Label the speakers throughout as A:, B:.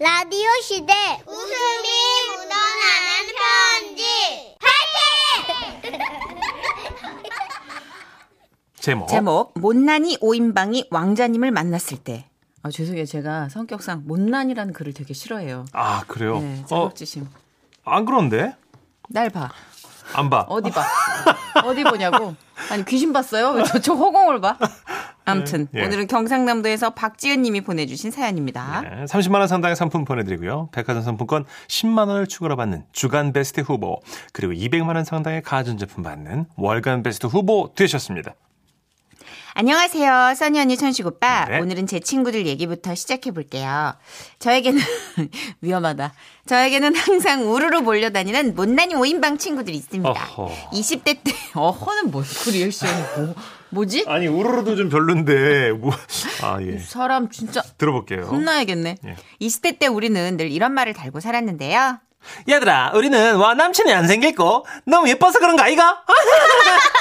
A: 라디오 시대 웃음이 묻어나는 편지
B: 제목.
C: 제목 못난이 오인방이 왕자님을 만났을 때. 아, 죄송해요. 제가 성격상 못난이라는 글을 되게 싫어해요.
B: 아 그래요.
C: 네,
B: 어,
C: 자격지심.
B: 안 그런데
C: 날 봐.
B: 안 봐.
C: 어디 봐. 어디 보냐고. 아니 귀신 봤어요? 왜 저, 저 허공을 봐? 아무튼
B: 네, 예.
C: 오늘은 경상남도에서 박지은 님이 보내주신 사연입니다.
B: 네, 30만 원 상당의 상품 보내드리고요. 백화점 상품권 10만 원을 추가로 받는 주간 베스트 후보 그리고 200만 원 상당의 가전제품 받는 월간 베스트 후보 되셨습니다.
C: 안녕하세요. 써니 언니 천식 오빠.
B: 네.
C: 오늘은 제 친구들 얘기부터 시작해 볼게요. 저에게는 위험하다. 저에게는 항상 우르르 몰려다니는 못난이 오인방 친구들이 있습니다.
B: 어허.
C: 20대 때 어허는 뭐그 리액션이고 뭐지?
B: 아니 우르르도 좀 별론데 뭐. 아 예.
C: 사람 진짜
B: 들어볼게요.
C: 혼나야겠네.
B: 예.
C: 20대 때 우리는 늘 이런 말을 달고 살았는데요.
B: 얘들아, 우리는 와 남친이 안 생겼고 너무 예뻐서 그런 거 아이가? 어?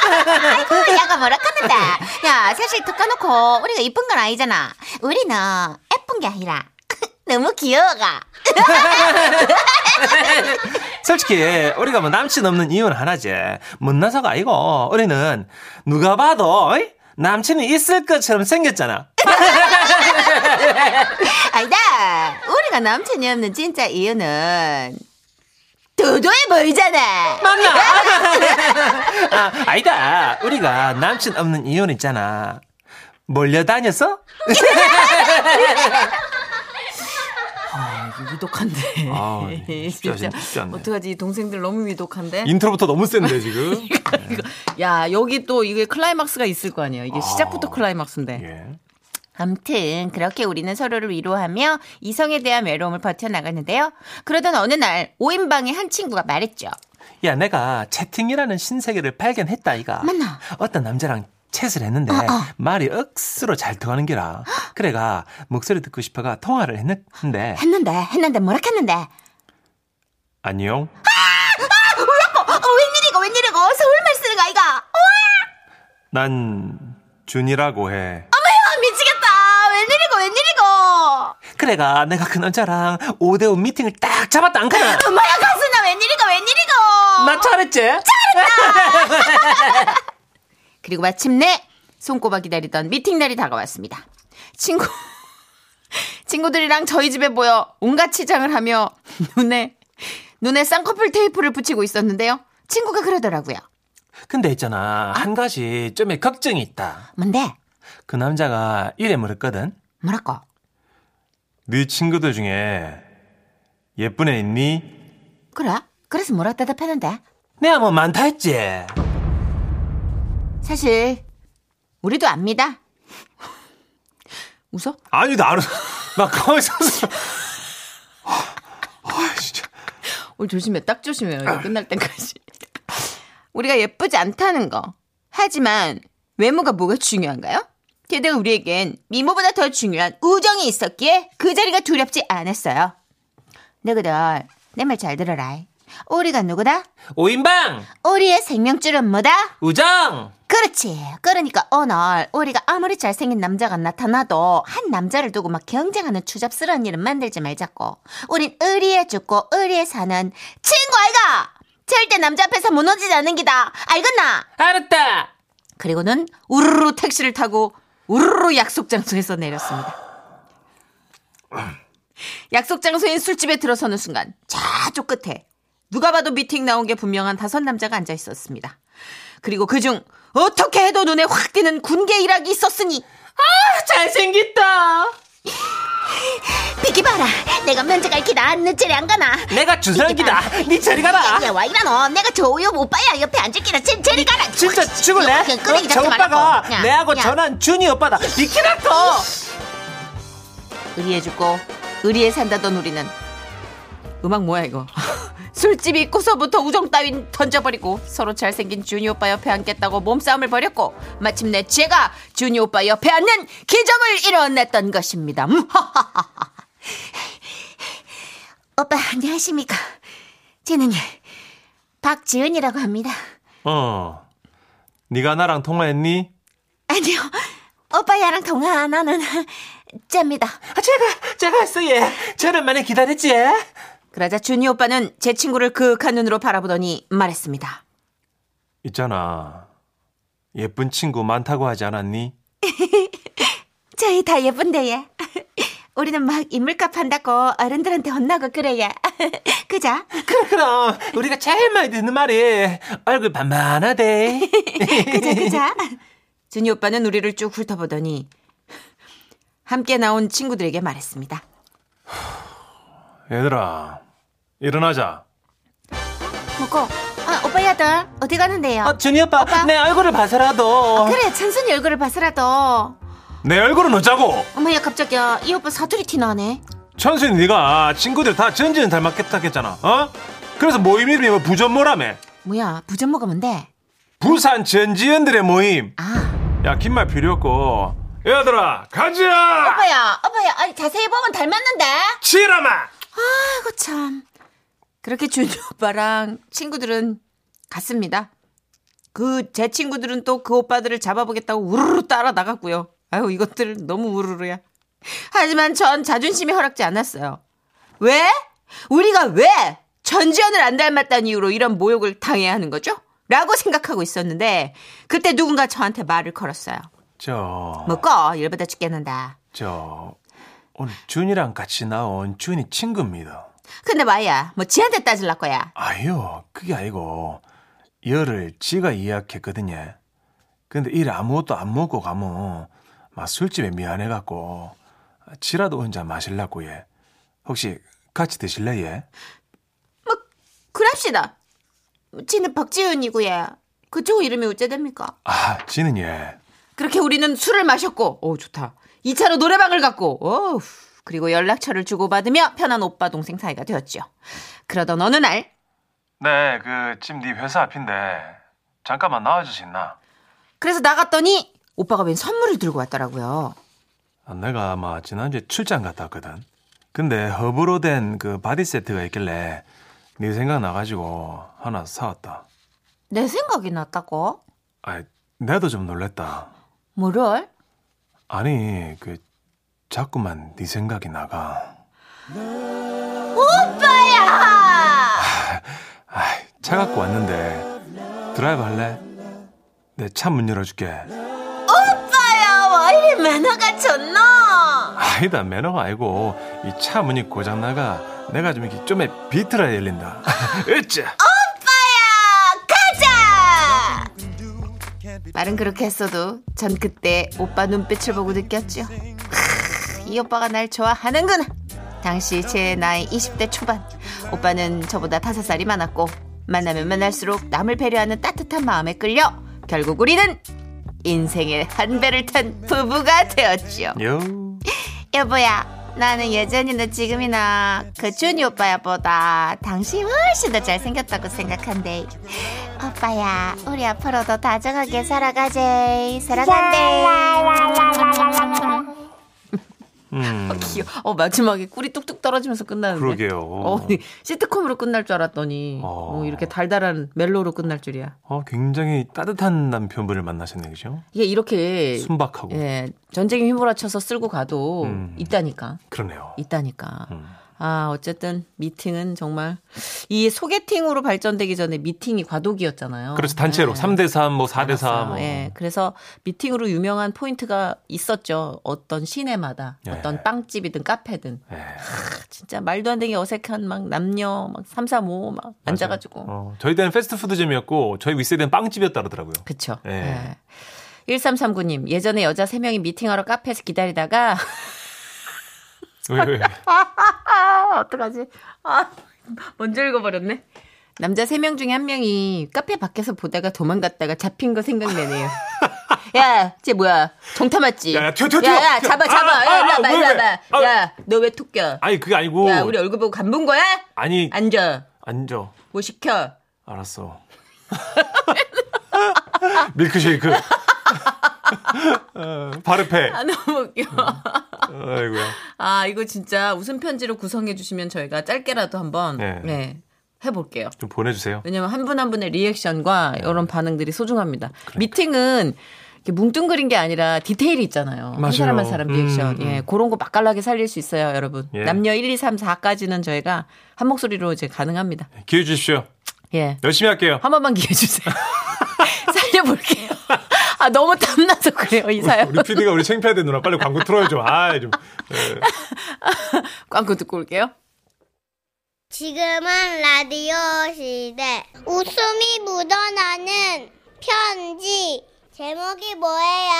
A: 아, 야가 뭐라 카는데 야 사실 툭 까놓고 우리가 이쁜 건 아니잖아 우리는 예쁜 게 아니라 너무 귀여워가
B: 솔직히 우리가 뭐 남친 없는 이유는 하나지. 못나서가 아니고 우리는 누가 봐도 어이? 남친이 있을 것처럼 생겼잖아.
C: 아니다. 우리가 남친이 없는 진짜 이유는 도도해 보이잖아.
B: 맞나?
C: 네.
B: 아, 아니다. 우리가 남친 없는 이유는 있잖아. 몰려다녀서?
C: 아, 이거 위독한데.
B: 아, 이거 쉽지 않- 쉽지 않네.
C: 어떡하지? 이 동생들 너무 위독한데.
B: 인트로부터 너무 센데 지금.
C: 야, 여기 또 이게 클라이막스가 있을 거 아니에요. 이게
B: 아.
C: 시작부터 클라이막스인데.
B: 예.
C: 암튼 그렇게 우리는 서로를 위로하며 이성에 대한 외로움을 버텨나갔는데요. 그러던 어느 날 오인방의 한 친구가 말했죠.
B: 예. 야, 내가 채팅이라는 신세계를 발견했다, 이가.
C: 맞나? 어,
B: 어떤 남자랑 챗을 했는데 말이 억수로 잘 통하는 게라. 그래가 목소리 듣고 싶어가 통화를 했는데
C: 했는데 했는데 뭐라 했는데 어,
B: 안녕.
C: 어, 웬일이고 웬일이고 서울말 쓰는 거 아이가 어,
B: 난 준이라고 해.
A: 아,
C: 미치겠다 웬일이고 웬일이고
B: 그래가 내가 그 남자랑 5대5 미팅을 딱 잡았다 안 가나?
C: 엄마야 가수나 웬일이고 웬일이고
B: 나 잘했지?
C: 그리고 마침내 손꼽아 기다리던 미팅 날이 다가왔습니다. 친구 친구들이랑 저희 집에 모여 온갖 치장을 하며 눈에 눈에 쌍꺼풀 테이프를 붙이고 있었는데요. 친구가 그러더라고요.
B: 근데 있잖아 한 가지 좀의 걱정이 있다.
C: 뭔데?
B: 그 남자가 이래 물었거든.
C: 뭐랄까?
B: 네 친구들 중에 예쁜 애 있니?
C: 그래? 그래서 뭐라 대답했는데?
B: 내가 뭐 많다 했지.
C: 사실 우리도 압니다. 웃어?
B: 아니 나를 나 가만히 있었어. 아 진짜.
C: 오늘 조심해. 딱 조심해요. 이거 끝날 때까지. 우리가 예쁘지 않다는 거. 하지만 외모가 뭐가 중요한가요? 게다가 우리에겐 미모보다 더 중요한 우정이 있었기에 그 자리가 두렵지 않았어요. 너희들 내 말 잘 들어라. 우리가 누구다?
B: 오인방
C: 우리의 생명줄은 뭐다?
B: 우정.
C: 그렇지. 그러니까 오늘 우리가 아무리 잘생긴 남자가 나타나도 한 남자를 두고 막 경쟁하는 추잡스러운 일은 만들지 말자고. 우린 의리에 죽고 의리에 사는 친구 아이가! 절대 남자 앞에서 무너지지 않는 기다. 알겠나?
B: 알았다.
C: 그리고는 우르르 택시를 타고 우르르 약속 장소에서 내렸습니다. 약속 장소인 술집에 들어서는 순간 좌쪽 끝에 누가 봐도 미팅 나온 게 분명한 다섯 남자가 앉아 있었습니다. 그리고 그중 어떻게 해도 눈에 확 띄는 군계 일학이 있었으니 아 잘생겼다.
A: 비키 봐라 내가 면제 갈 기다 늦절이 안 가나
B: 내가 주사랑기다. 네 자리 가라.
A: 야 와이라노 내가 저우요 오빠야 옆에 앉을 기다 제, 제리 가라
B: 진짜 죽을래?
A: 그냥 끄레기 잡지
B: 어? 저 오빠가
A: 말라고. 야,
B: 내하고
A: 야.
B: 전한 준이 오빠다. 비키라토.
C: 의리에 죽고 의리에 산다던 우리는 음악 뭐야 이거 술집이 있고서부터 우정 따윈 던져버리고 서로 잘생긴 준이 오빠 옆에 앉겠다고 몸싸움을 벌였고 마침내 제가 준이 오빠 옆에 앉는 기적을 이뤄냈던 것입니다 음, 하하하.
A: 오빠 안녕하십니까 저는 박지은이라고 합니다
B: 어. 네가 나랑 통화했니?
A: 아니요 오빠야랑 통화 안 하는 잽니다.
B: 아, 제가, 제가 했어, 예. 저는 많이 기다렸지, 예.
C: 그러자 준이 오빠는 제 친구를 그윽한 눈으로 바라보더니 말했습니다.
B: 있잖아. 예쁜 친구 많다고 하지 않았니?
A: 저희 다 예쁜데, 예. 우리는 막 인물값 한다고 어른들한테 혼나고 그래, 예. 그자?
B: 그럼, 그럼. 우리가 제일 많이 듣는 말이 얼굴 반반하대.
A: 그자, 그자?
C: 준이 오빠는 우리를 쭉 훑어보더니 함께 나온 친구들에게 말했습니다.
B: 얘들아, 일어나자.
A: 먹고. 아, 오빠야들, 어디 가는데요?
B: 아, 준이 오빠,
A: 오빠. 아,
B: 내 얼굴을 봐서라도.
A: 그래, 찬순이 얼굴을 봐서라도.
B: 내 얼굴은 어쩌고?
A: 어머야, 갑자기야. 아, 이 오빠 사투리 티나네.
B: 천수이 네가 친구들 다 전지는 닮았겠다 했잖아. 어? 그래서 모임 이름이 뭐 부전모라며.
C: 뭐야 부전모가 뭔데?
B: 부산 전지현들의 모임.
A: 아.
B: 야, 긴 말 필요 없고. 얘들아, 가자!
A: 오빠야, 오빠야. 아니, 자세히 보면 닮았는데?
B: 치라마!
C: 아이고 참. 그렇게 준이 오빠랑 친구들은 갔습니다. 그 제 친구들은 또 그 오빠들을 잡아보겠다고 우르르 따라 나갔고요. 아유 이것들 너무 우르르야. 하지만 전 자존심이 허락지 않았어요. 왜? 우리가 왜 전지현을 안 닮았다는 이유로 이런 모욕을 당해야 하는 거죠? 라고 생각하고 있었는데 그때 누군가 저한테 말을 걸었어요.
B: 저,
C: 먹고 열받아 죽겠는다.
B: 저, 오늘 준이랑 같이 나온 준이 친구입니다.
C: 근데 마야 뭐 지한테 따질라 거야.
B: 아유, 그게 아니고. 열을 지가 예약했거든요. 근데 일 아무것도 안 먹고 가면, 막 술집에 미안해갖고, 지라도 혼자 마실라고, 예. 혹시 같이 드실래, 예?
C: 그럽시다. 지는 박지윤이고요. 그쪽 이름이 어째됩니까?
B: 아, 지는 예.
C: 그렇게 우리는 술을 마셨고, 오 좋다. 2차로 노래방을 갔고, 오 그리고 연락처를 주고받으며 편한 오빠 동생 사이가 되었죠. 그러던 어느 날,
B: 네, 그, 지금 네 회사 앞인데, 잠깐만 나와주시나?
C: 그래서 나갔더니 오빠가 웬 선물을 들고 왔더라고요.
B: 내가 아마 지난주에 출장 갔다 왔거든. 근데 허브로 된 그 바디 세트가 있길래, 네 생각 나가지고 하나 사왔다.
C: 내 생각이 났다고?
B: 아이, 나도 좀 놀랬다.
C: 뭐를?
B: 아니 그 자꾸만 네 생각이 나가. 오빠야. 아, 차 갖고 왔는데 드라이브 할래? 내 차 문 열어줄게.
A: 오빠야, 왜 이리 매너가 좋노?
B: 아니다 매너가 아니고 이 차 문이 고장 나가 내가 좀 이렇게 좀에 비트라 열린다. 으쌰.
C: 어?
A: 오빠야, 가자!
C: 말은 그렇게 했어도 전 그때 오빠 눈빛을 보고 느꼈죠. 크, 이 오빠가 날 좋아하는구나. 당시 제 나이 20대 초반. 오빠는 저보다 5살이 많았고 만나면 만날수록 남을 배려하는 따뜻한 마음에 끌려 결국 우리는 인생의 한 배를 탄 부부가 되었지요.
B: 요. 음,
A: 여보야, 나는 예전이나 지금이나 그 준이 오빠야보다 당신이 훨씬 더 잘생겼다고 생각한대. 오빠야, 우리 앞으로도 다정하게 살아가제. 사랑한대.
B: 음.
C: 귀여워. 어, 마지막에 꿀이 뚝뚝 떨어지면서 끝나는데.
B: 그러게요.
C: 어, 시트콤으로 끝날 줄 알았더니
B: 어.
C: 어, 이렇게 달달한 멜로로 끝날 줄이야.
B: 어, 굉장히 따뜻한 남편분을 만나셨네 그죠?
C: 이게 이렇게
B: 순박하고
C: 예, 전쟁이 휘몰아쳐서 쓸고 가도
B: 음.
C: 있다니까.
B: 그러네요.
C: 있다니까.
B: 음.
C: 아, 어쨌든 미팅은 정말 이 소개팅으로 발전되기 전에 미팅이 과도기였잖아요.
B: 그래서 단체로
C: 예.
B: 3대 3, 뭐 4대 4,
C: 알았어요.
B: 뭐.
C: 예. 그래서 미팅으로 유명한 포인트가 있었죠. 어떤 시내마다
B: 예.
C: 어떤 빵집이든 카페든
B: 예.
C: 아, 진짜 말도 안 되게 어색한 막 남녀 막 3, 4, 5 막 앉아 가지고.
B: 어, 저희 때는 패스트푸드점이었고 저희 윗세대는 빵집이었다 그러더라고요.
C: 그쵸.
B: 예.
C: 예. 1339님, 예전에 여자 3명이 미팅하러 카페에서 기다리다가
B: 왜, 왜, 왜.
C: 아, 어떡하지? 아, 먼저 읽어버렸네. 남자 3명 중에 1명이 카페 밖에서 보다가 도망갔다가 잡힌 거 생각나네요. 야, 쟤 뭐야? 정타 맞지?
B: 야, 야, 튀어, 튀어,
C: 야, 야,
B: 튀어.
C: 잡아,
B: 아,
C: 잡아.
B: 아,
C: 야,
B: 아,
C: 일로 와봐,
B: 왜, 왜?
C: 일로 와봐.
B: 아.
C: 야, 너 왜 톡겨?
B: 아니 그게 아니고
C: 야, 우리 얼굴 보고 간 본 거야?
B: 아니
C: 앉아.
B: 앉아.
C: 뭐 시켜?
B: 알았어. 밀크쉐이크. 어, 바르페.
C: 아, 너무 웃겨.
B: 아이고야.
C: 아, 이거 진짜 웃음 편지로 구성해 주시면 저희가 짧게라도 한번
B: 네.
C: 네, 해볼게요.
B: 좀 보내주세요.
D: 그러니까.
C: 왜냐면 한 분 한 분의 리액션과 이런 반응들이 소중합니다. 미팅은 이렇게 뭉뚱그린 게 아니라 디테일이 있잖아요. 한
D: 맞아요.
C: 사람 한 사람 리액션.
D: 음, 음.
C: 예, 그런 거 맛깔나게 살릴 수 있어요, 여러분.
D: 예.
C: 남녀 1, 2, 3, 4까지는 저희가 한 목소리로 이제 가능합니다.
B: 네,
D: 기회 주십시오.
C: 예.
D: 열심히 할게요.
C: 한 번만 기회 주세요. 살려볼게요. 아, 너무 탐나서 그래요, 이 사연.
D: 우리 PD가 우리 창피해야 되느라 빨리 광고 틀어요 좀. 아 좀. 예.
C: 광고 듣고 올게요.
A: 지금은 라디오 시대. 웃음이 묻어나는 편지. 제목이 뭐예요?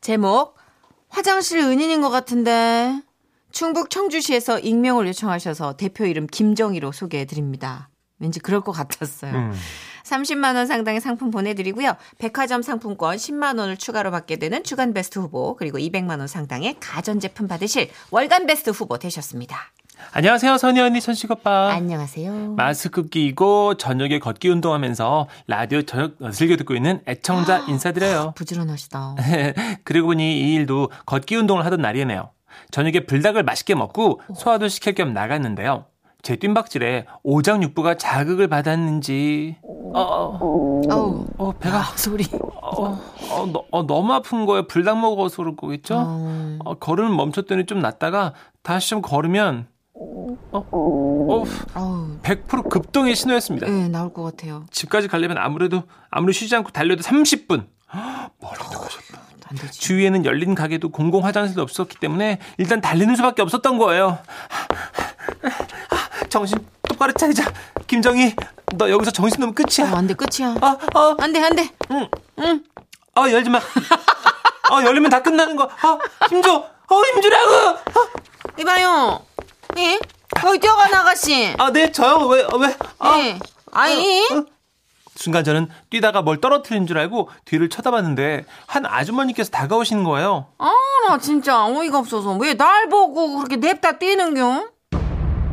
C: 제목 화장실 은인인 것 같은데 충북 청주시에서 익명을 요청하셔서 대표 이름 김정희로 소개해드립니다. 왠지 그럴 것 같았어요.
D: 음.
C: 30만 원 상당의 상품 보내드리고요. 백화점 상품권 10만 원을 추가로 받게 되는 주간 베스트 후보 그리고 200만 원 상당의 가전 제품 받으실 월간 베스트 후보 되셨습니다.
D: 안녕하세요 선희 언니 천식
B: 어.
D: 오빠.
C: 안녕하세요.
D: 마스크 끼고 저녁에 걷기 운동하면서 라디오 저녁 어, 즐겨 듣고 있는 애청자 인사드려요.
C: 부지런하시다.
D: 그리고 보니 이 일도 걷기 운동을 하던 날이네요. 저녁에 불닭을 맛있게 먹고 소화도 시킬 겸 나갔는데요. 제 뜀박질에 오장육부가 자극을 받았는지 어, 어,
C: 어우
D: 어, 배가
C: 소리.
D: 어, 어, 너, 어, 너무 아픈 거예요. 불닭 먹어서 그럴 거겠죠?
C: 어.
D: 어, 걸음을 멈췄더니 좀 낫다가 다시 좀 걸으면 어, 어,
C: 어우
D: 100% 급등의 신호였습니다.
C: 예 나올 것 같아요.
D: 집까지 가려면 아무래도 아무리 쉬지 않고 달려도 30분. 멀리 나가셨다.
C: 어, 안 되지.
D: 주위에는 열린 가게도 공공 화장실도 없었기 때문에 일단 달리는 수밖에 없었던 거예요. 정신 똑바로 차리자. 김정희, 너 여기서 정신 놓으면
C: 어,
D: 끝이야.
C: 안돼 끝이야.
D: 아, 아,
C: 안돼 안돼.
D: 아, 열지 마. 아, 열리면 다 끝나는 거. 아, 힘줘. 어, 힘주라고.
C: 이봐요. 예? 거기 뛰어가는 아가씨.
D: 아, 네, 저요. 왜, 왜? 아. 어?
C: 예. 아이.
D: 순간 저는 뛰다가 뭘 떨어뜨린 줄 알고 뒤를 쳐다봤는데 한 아주머니께서 다가오신 거예요.
C: 아, 나 진짜 어이가 없어서. 왜 날 보고 그렇게 냅다 뛰는겨?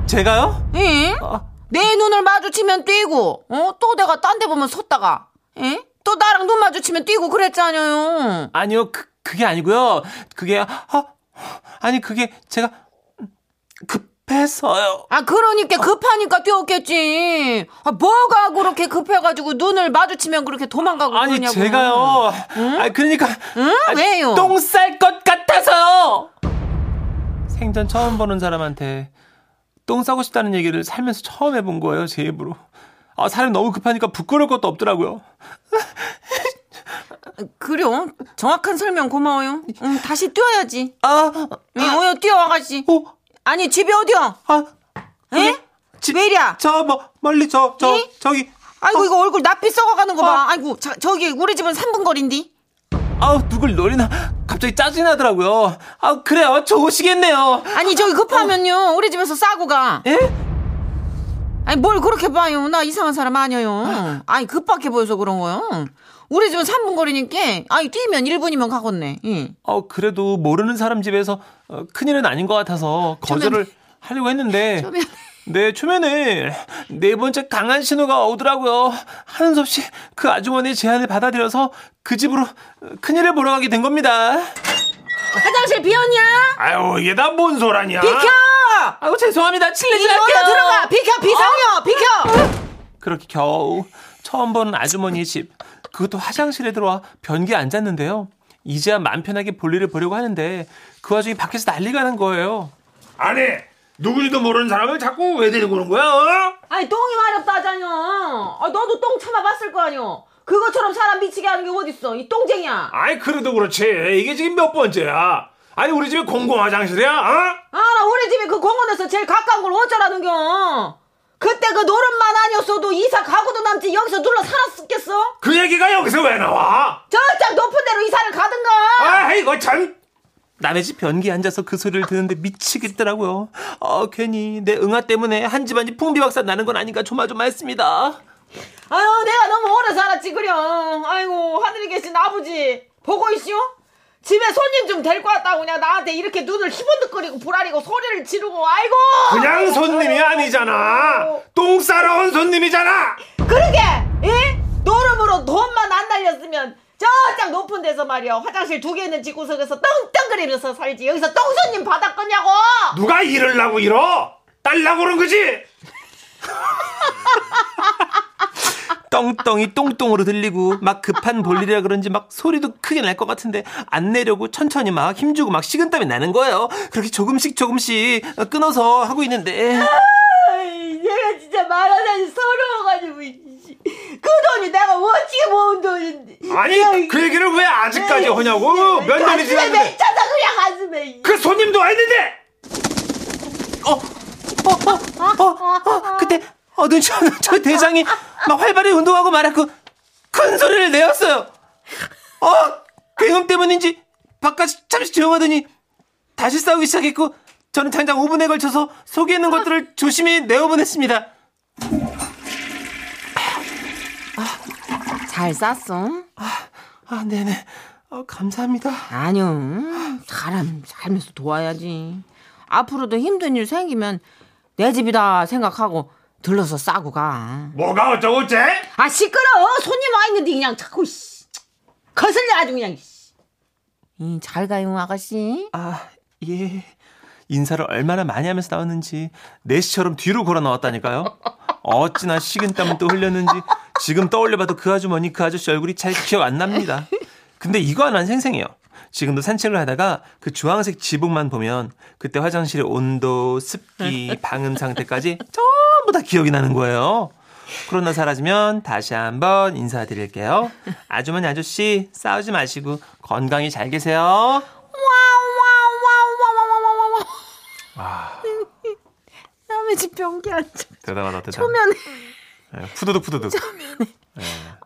D: 제가요?
C: 예?
D: 아,
C: 내 눈을 마주치면 뛰고, 어? 또 내가 딴 데 보면 섰다가, 예? 또 나랑 눈 마주치면 뛰고 그랬잖아요.
D: 아니요, 그, 그게 아니고요. 그게 아, 아니 그게 제가 급해서요.
C: 아, 그러니까 급하니까 뛰었겠지. 아, 뭐가 그렇게 급해가지고 눈을 마주치면 그렇게 도망가고
D: 아니
C: 그러냐고.
D: 제가요. 아 그러니까
C: 응? 왜요?
D: 똥 쌀 것 같아서요. 생전 처음 보는 사람한테 똥 싸고 싶다는 얘기를 살면서 처음 해본 거예요 제 입으로. 아 사람이 너무 급하니까 부끄러울 것도 없더라고요.
C: 그래요? 정확한 설명 고마워요. 응, 다시 뛰어야지.
D: 아,
C: 예, 어여 뛰어, 아가씨.
D: 오,
C: 아니 집이 어디야?
D: 아,
C: 에?
D: 집-
C: 왜 이리야?
D: 저 뭐, 멀리 저, 저,
C: 예?
D: 저기.
C: 아이고 이거 얼굴 낯빛 썩어가는 거 봐. 아이고 자, 저기 우리 집은 3분 거리인데.
D: 아우 누굴 노리나 갑자기 짜증 나더라고요. 아 그래요 저 오시겠네요.
C: 아니 어. 저기 급하면요 우리 집에서 싸고 가.
D: 예?
C: 아니 뭘 그렇게 봐요? 나 이상한 사람 아니에요. 아니 급박해 보여서 그런 거요. 우리 집은 3분 거리니까 아니 뛰면 1분이면 가겠네. 예.
D: 어 그래도 모르는 사람 집에서 어, 큰일은 아닌 것 같아서 거절을 하려고 했는데
C: 초면에.
D: 네 초면에 네 번째 강한 신호가 오더라고요. 하는 수 없이 그 아주머니의 제안을 받아들여서 그 집으로 큰일을 보러 가게 된 겁니다.
C: 화장실 비었냐?
D: 아유 이게 다 뭔 소란이야?
C: 비켜!
D: 아유 죄송합니다 실례
C: 이리로 들어가. 비켜 비상이요. 비켜.
D: 그렇게 겨우 처음 보는 아주머니의 집 그것도 화장실에 들어와 변기에 앉았는데요 이제야 맘 편하게 볼일을 보려고 하는데 그 와중에 밖에서 난리가 난 거예요
B: 아니 누구지도 모르는 사람을 자꾸 왜 데리고 오는 거야? 어?
C: 아니 똥이 마렵다잖여. 아 너도 똥 참아봤을 거 아니여. 그것처럼 사람 미치게 하는 게 어딨어? 이 똥쟁이야.
B: 아이 그래도 그렇지 이게 지금 몇 번째야? 아니 우리 집이 공공 화장실이야? 어?
C: 아, 나 우리 집이 그 공원에서 제일 가까운 걸 어쩌라는겨. 그때 그 노름만 아니었어도 이사 가고도 남지 여기서 눌러 살았겠어?
B: 그 얘기가 여기서 왜 나와?
C: 저짝 높은 데로 이사를 가든가.
B: 아 이거 참
D: 남의 집 변기에 앉아서 그 소리를 듣는데 미치겠더라고요 어, 괜히 내 응아 때문에 한 집안이 풍비박산 나는 건 아닌가 조마조마했습니다
C: 아유, 내가 너무 오래 살았지, 그려. 아이고, 하늘에 계신 아버지, 보고 있시오? 집에 손님 좀 데리고 왔다고 그냥 나한테 이렇게 눈을 희번득거리고 불아리고 소리를 지르고, 아이고!
B: 그냥 손님이 아니잖아 똥 싸러 온 손님이잖아
C: 그러게! 예? 노름으로 돈만 안 날렸으면 저짝 높은 데서 말이야 화장실 두 개 있는 집구석에서 떵떵거리면서 살지 여기서 똥손님 받았거냐고!
B: 누가 이럴라고 이러? 딸라고 그런 거지? 떵떵이 똥똥으로 들리고 막 급한 볼일이라 그런지 막 소리도 크게 날 것 같은데 안 내려고 천천히 막 힘주고 막 식은땀이 나는 거예요. 그렇게 조금씩 조금씩 끊어서 하고 있는데
E: 내가 진짜 말하자니 서러워가지고 이씨. 그 돈이 내가 어찌게 모은 돈인데
D: 아니 그 얘기를 왜 아직까지 하냐고 몇 년이
E: 가슴에
D: 지났는데
E: 맺혀서 그냥 가슴에
D: 그 손님도 왔는데
B: 어, 어 그때 어느 저, 저 대장이 막 활발히 운동하고 말았고 큰 소리를 내었어요. 어, 그형 때문인지 바깥이 잠시 조용하더니 다시 싸우기 시작했고 저는 당장 5분에 걸쳐서 속에 있는 것들을 조심히 내어보냈습니다.
C: 잘 쌌어?
B: 아, 네네. 어, 감사합니다.
C: 아니요. 사람 살면서 도와야지. 앞으로도 힘든 일 생기면 내 집이다 생각하고 들러서 싸고 가.
D: 뭐가 어쩌고 쟤?
E: 아
C: 어,
E: 시끄러워 손님 와 있는데 그냥 자꾸 씨. 거슬려 아주 그냥 씨.
C: 이, 잘 가요, 아가씨.
B: 아, 예. 인사를 얼마나 많이 하면서 나왔는지 내시처럼 뒤로 걸어 나왔다니까요. 어찌나 식은땀은 또 흘렸는지 지금 떠올려봐도 그 아주머니 그 아저씨 얼굴이 잘 기억 안 납니다. 근데 이거 하나는 생생해요. 지금도 산책을 하다가 그 주황색 지붕만 보면 그때 화장실의 온도, 습기, 방음 상태까지 전부 다 기억이 나는 거예요. 코로나 사라지면 다시 한번 인사드릴게요. 아주머니 아저씨 싸우지 마시고 건강히 잘 계세요.
C: 남의 집 변기 앉아.
B: 대단하다 대단.
C: 초면에.
B: 예, 푸드득 푸드득.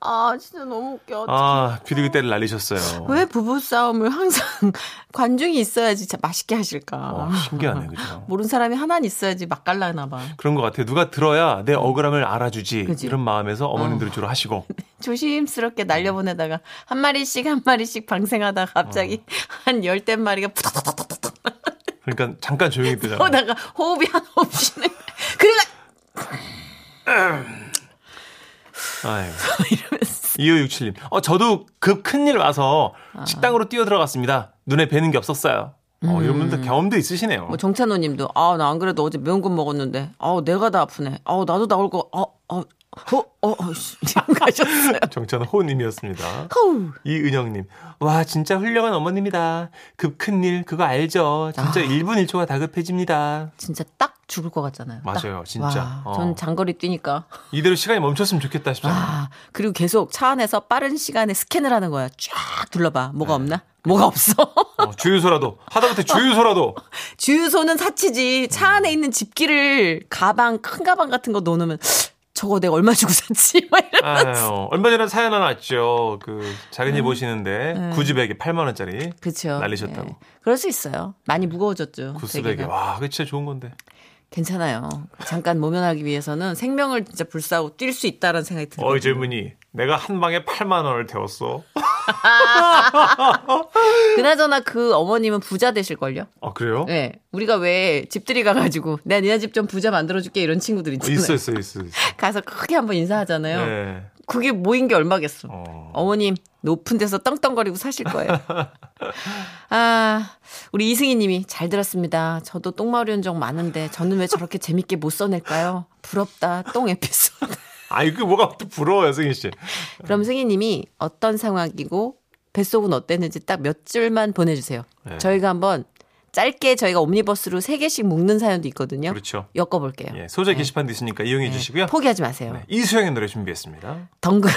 C: 아, 진짜 너무 웃겨.
B: 아 비둘기떼를 날리셨어요.
C: 왜 부부싸움을 항상 관중이 있어야지 참 맛있게 하실까.
B: 어, 신기하네 그죠.
C: 모르는 사람이 하나는 있어야지 맛깔나나 봐.
B: 그런 것 같아요. 누가 들어야 내 억울함을 알아주지
C: 네. 그지.
B: 이런 마음에서 어머님들이 주로 하시고
C: 조심스럽게 날려보내다가 한 마리씩 한 마리씩 방생하다가 갑자기 한 열댓 마리가 푸다다다다다
B: 그러니까 잠깐 조용히 뜨잖아.
C: 오다가 호흡이 하나 없이는 그러니까
B: 아이고. 이호육칠님, 어 저도 급 큰일 와서
C: 아.
B: 식당으로 뛰어 들어갔습니다. 눈에 뵈는 게 없었어요. 어 이런 분들 경험도 있으시네요.
C: 음. 뭐 정찬호님도 아 나 안 그래도 어제 매운 거 먹었는데 아 내가 다 아프네 아 나도 나올 어, 거아아어어어씨 가셨어요
B: 정찬 호님이었습니다.
C: 허우.
B: 이은영님, 와, 진짜 훌륭한 어머님이다. 급 큰일, 그거 알죠?
C: 아.
B: 진짜 1분 1초가 다급해집니다.
C: 진짜 딱 죽을 것 같잖아요 딱.
B: 맞아요, 진짜.
C: 와,
B: 어.
C: 전 장거리 뛰니까
B: 이대로 시간이 멈췄으면 좋겠다 싶잖아요.
C: 아 그리고 계속 차 안에서 빠른 시간에 스캔을 하는 거야 쫙 둘러봐 뭐가
B: 네.
C: 없나 뭐가 없어
B: 어, 주유소라도,
C: 아.
B: 하다못해 주유소라도.
C: 주유소는
B: 음.
C: 사치지 차 안에 있는 집기를 가방 큰 가방 같은 거 넣어놓으면 저거 내가 얼마 주고 샀지 막 이런
B: 아유, 얼마 전에 사연 하나 왔죠. 그,
C: 네.
B: 자린이 보시는데, 구즈백에 8만원짜리.
C: 그렇죠
B: 날리셨다고.
C: 그럴 수 있어요 많이 무거워졌죠
B: 구스백에.
C: 베개가.
B: 와, 그게 진짜 좋은 건데.
C: 괜찮아요 잠깐 모면하기 위해서는 생명을 진짜 불사하고 뛸 수 있다라는 생각이 들어요
B: 어이, 젊은이. 내가 한 방에 8만원을 태웠어.
C: 그나저나 그 어머님은 부자 되실걸요
B: 아, 그래요?
C: 네 우리가 왜 집들이 가가지고 내가 니네 집 좀 부자 만들어줄게 이런 친구들
B: 어,
C: 있잖아요
B: 있어, 있어, 있어. 있어.
C: 가서 크게 한번 인사하잖아요
B: 네.
C: 그게 모인 게 얼마겠어
B: 어.
C: 어머님 높은 데서 떵떵거리고 사실 거예요. 아, 우리 이승희 님이 잘 들었습니다. 저도 똥마루 현정 많은데 저는 왜 저렇게 재밌게 못 써낼까요? 부럽다. 똥 에피소드.
B: 아, 이거 뭐가 또 부러워요, 승희씨.
C: 그럼 승희 님이 어떤 상황이고 뱃속은 어땠는지 딱 몇 줄만 보내 주세요.
B: 네.
C: 저희가 한번 짧게 저희가 옴니버스로 세개씩 묶는 사연도 있거든요.
B: 그렇죠.
C: 엮어 볼게요. 네.
B: 예, 소재 게시판도 있으니까 이용해 주시고요.
C: 포기하지 마세요.
B: 네, 이수영의 노래 준비했습니다.
C: 덩글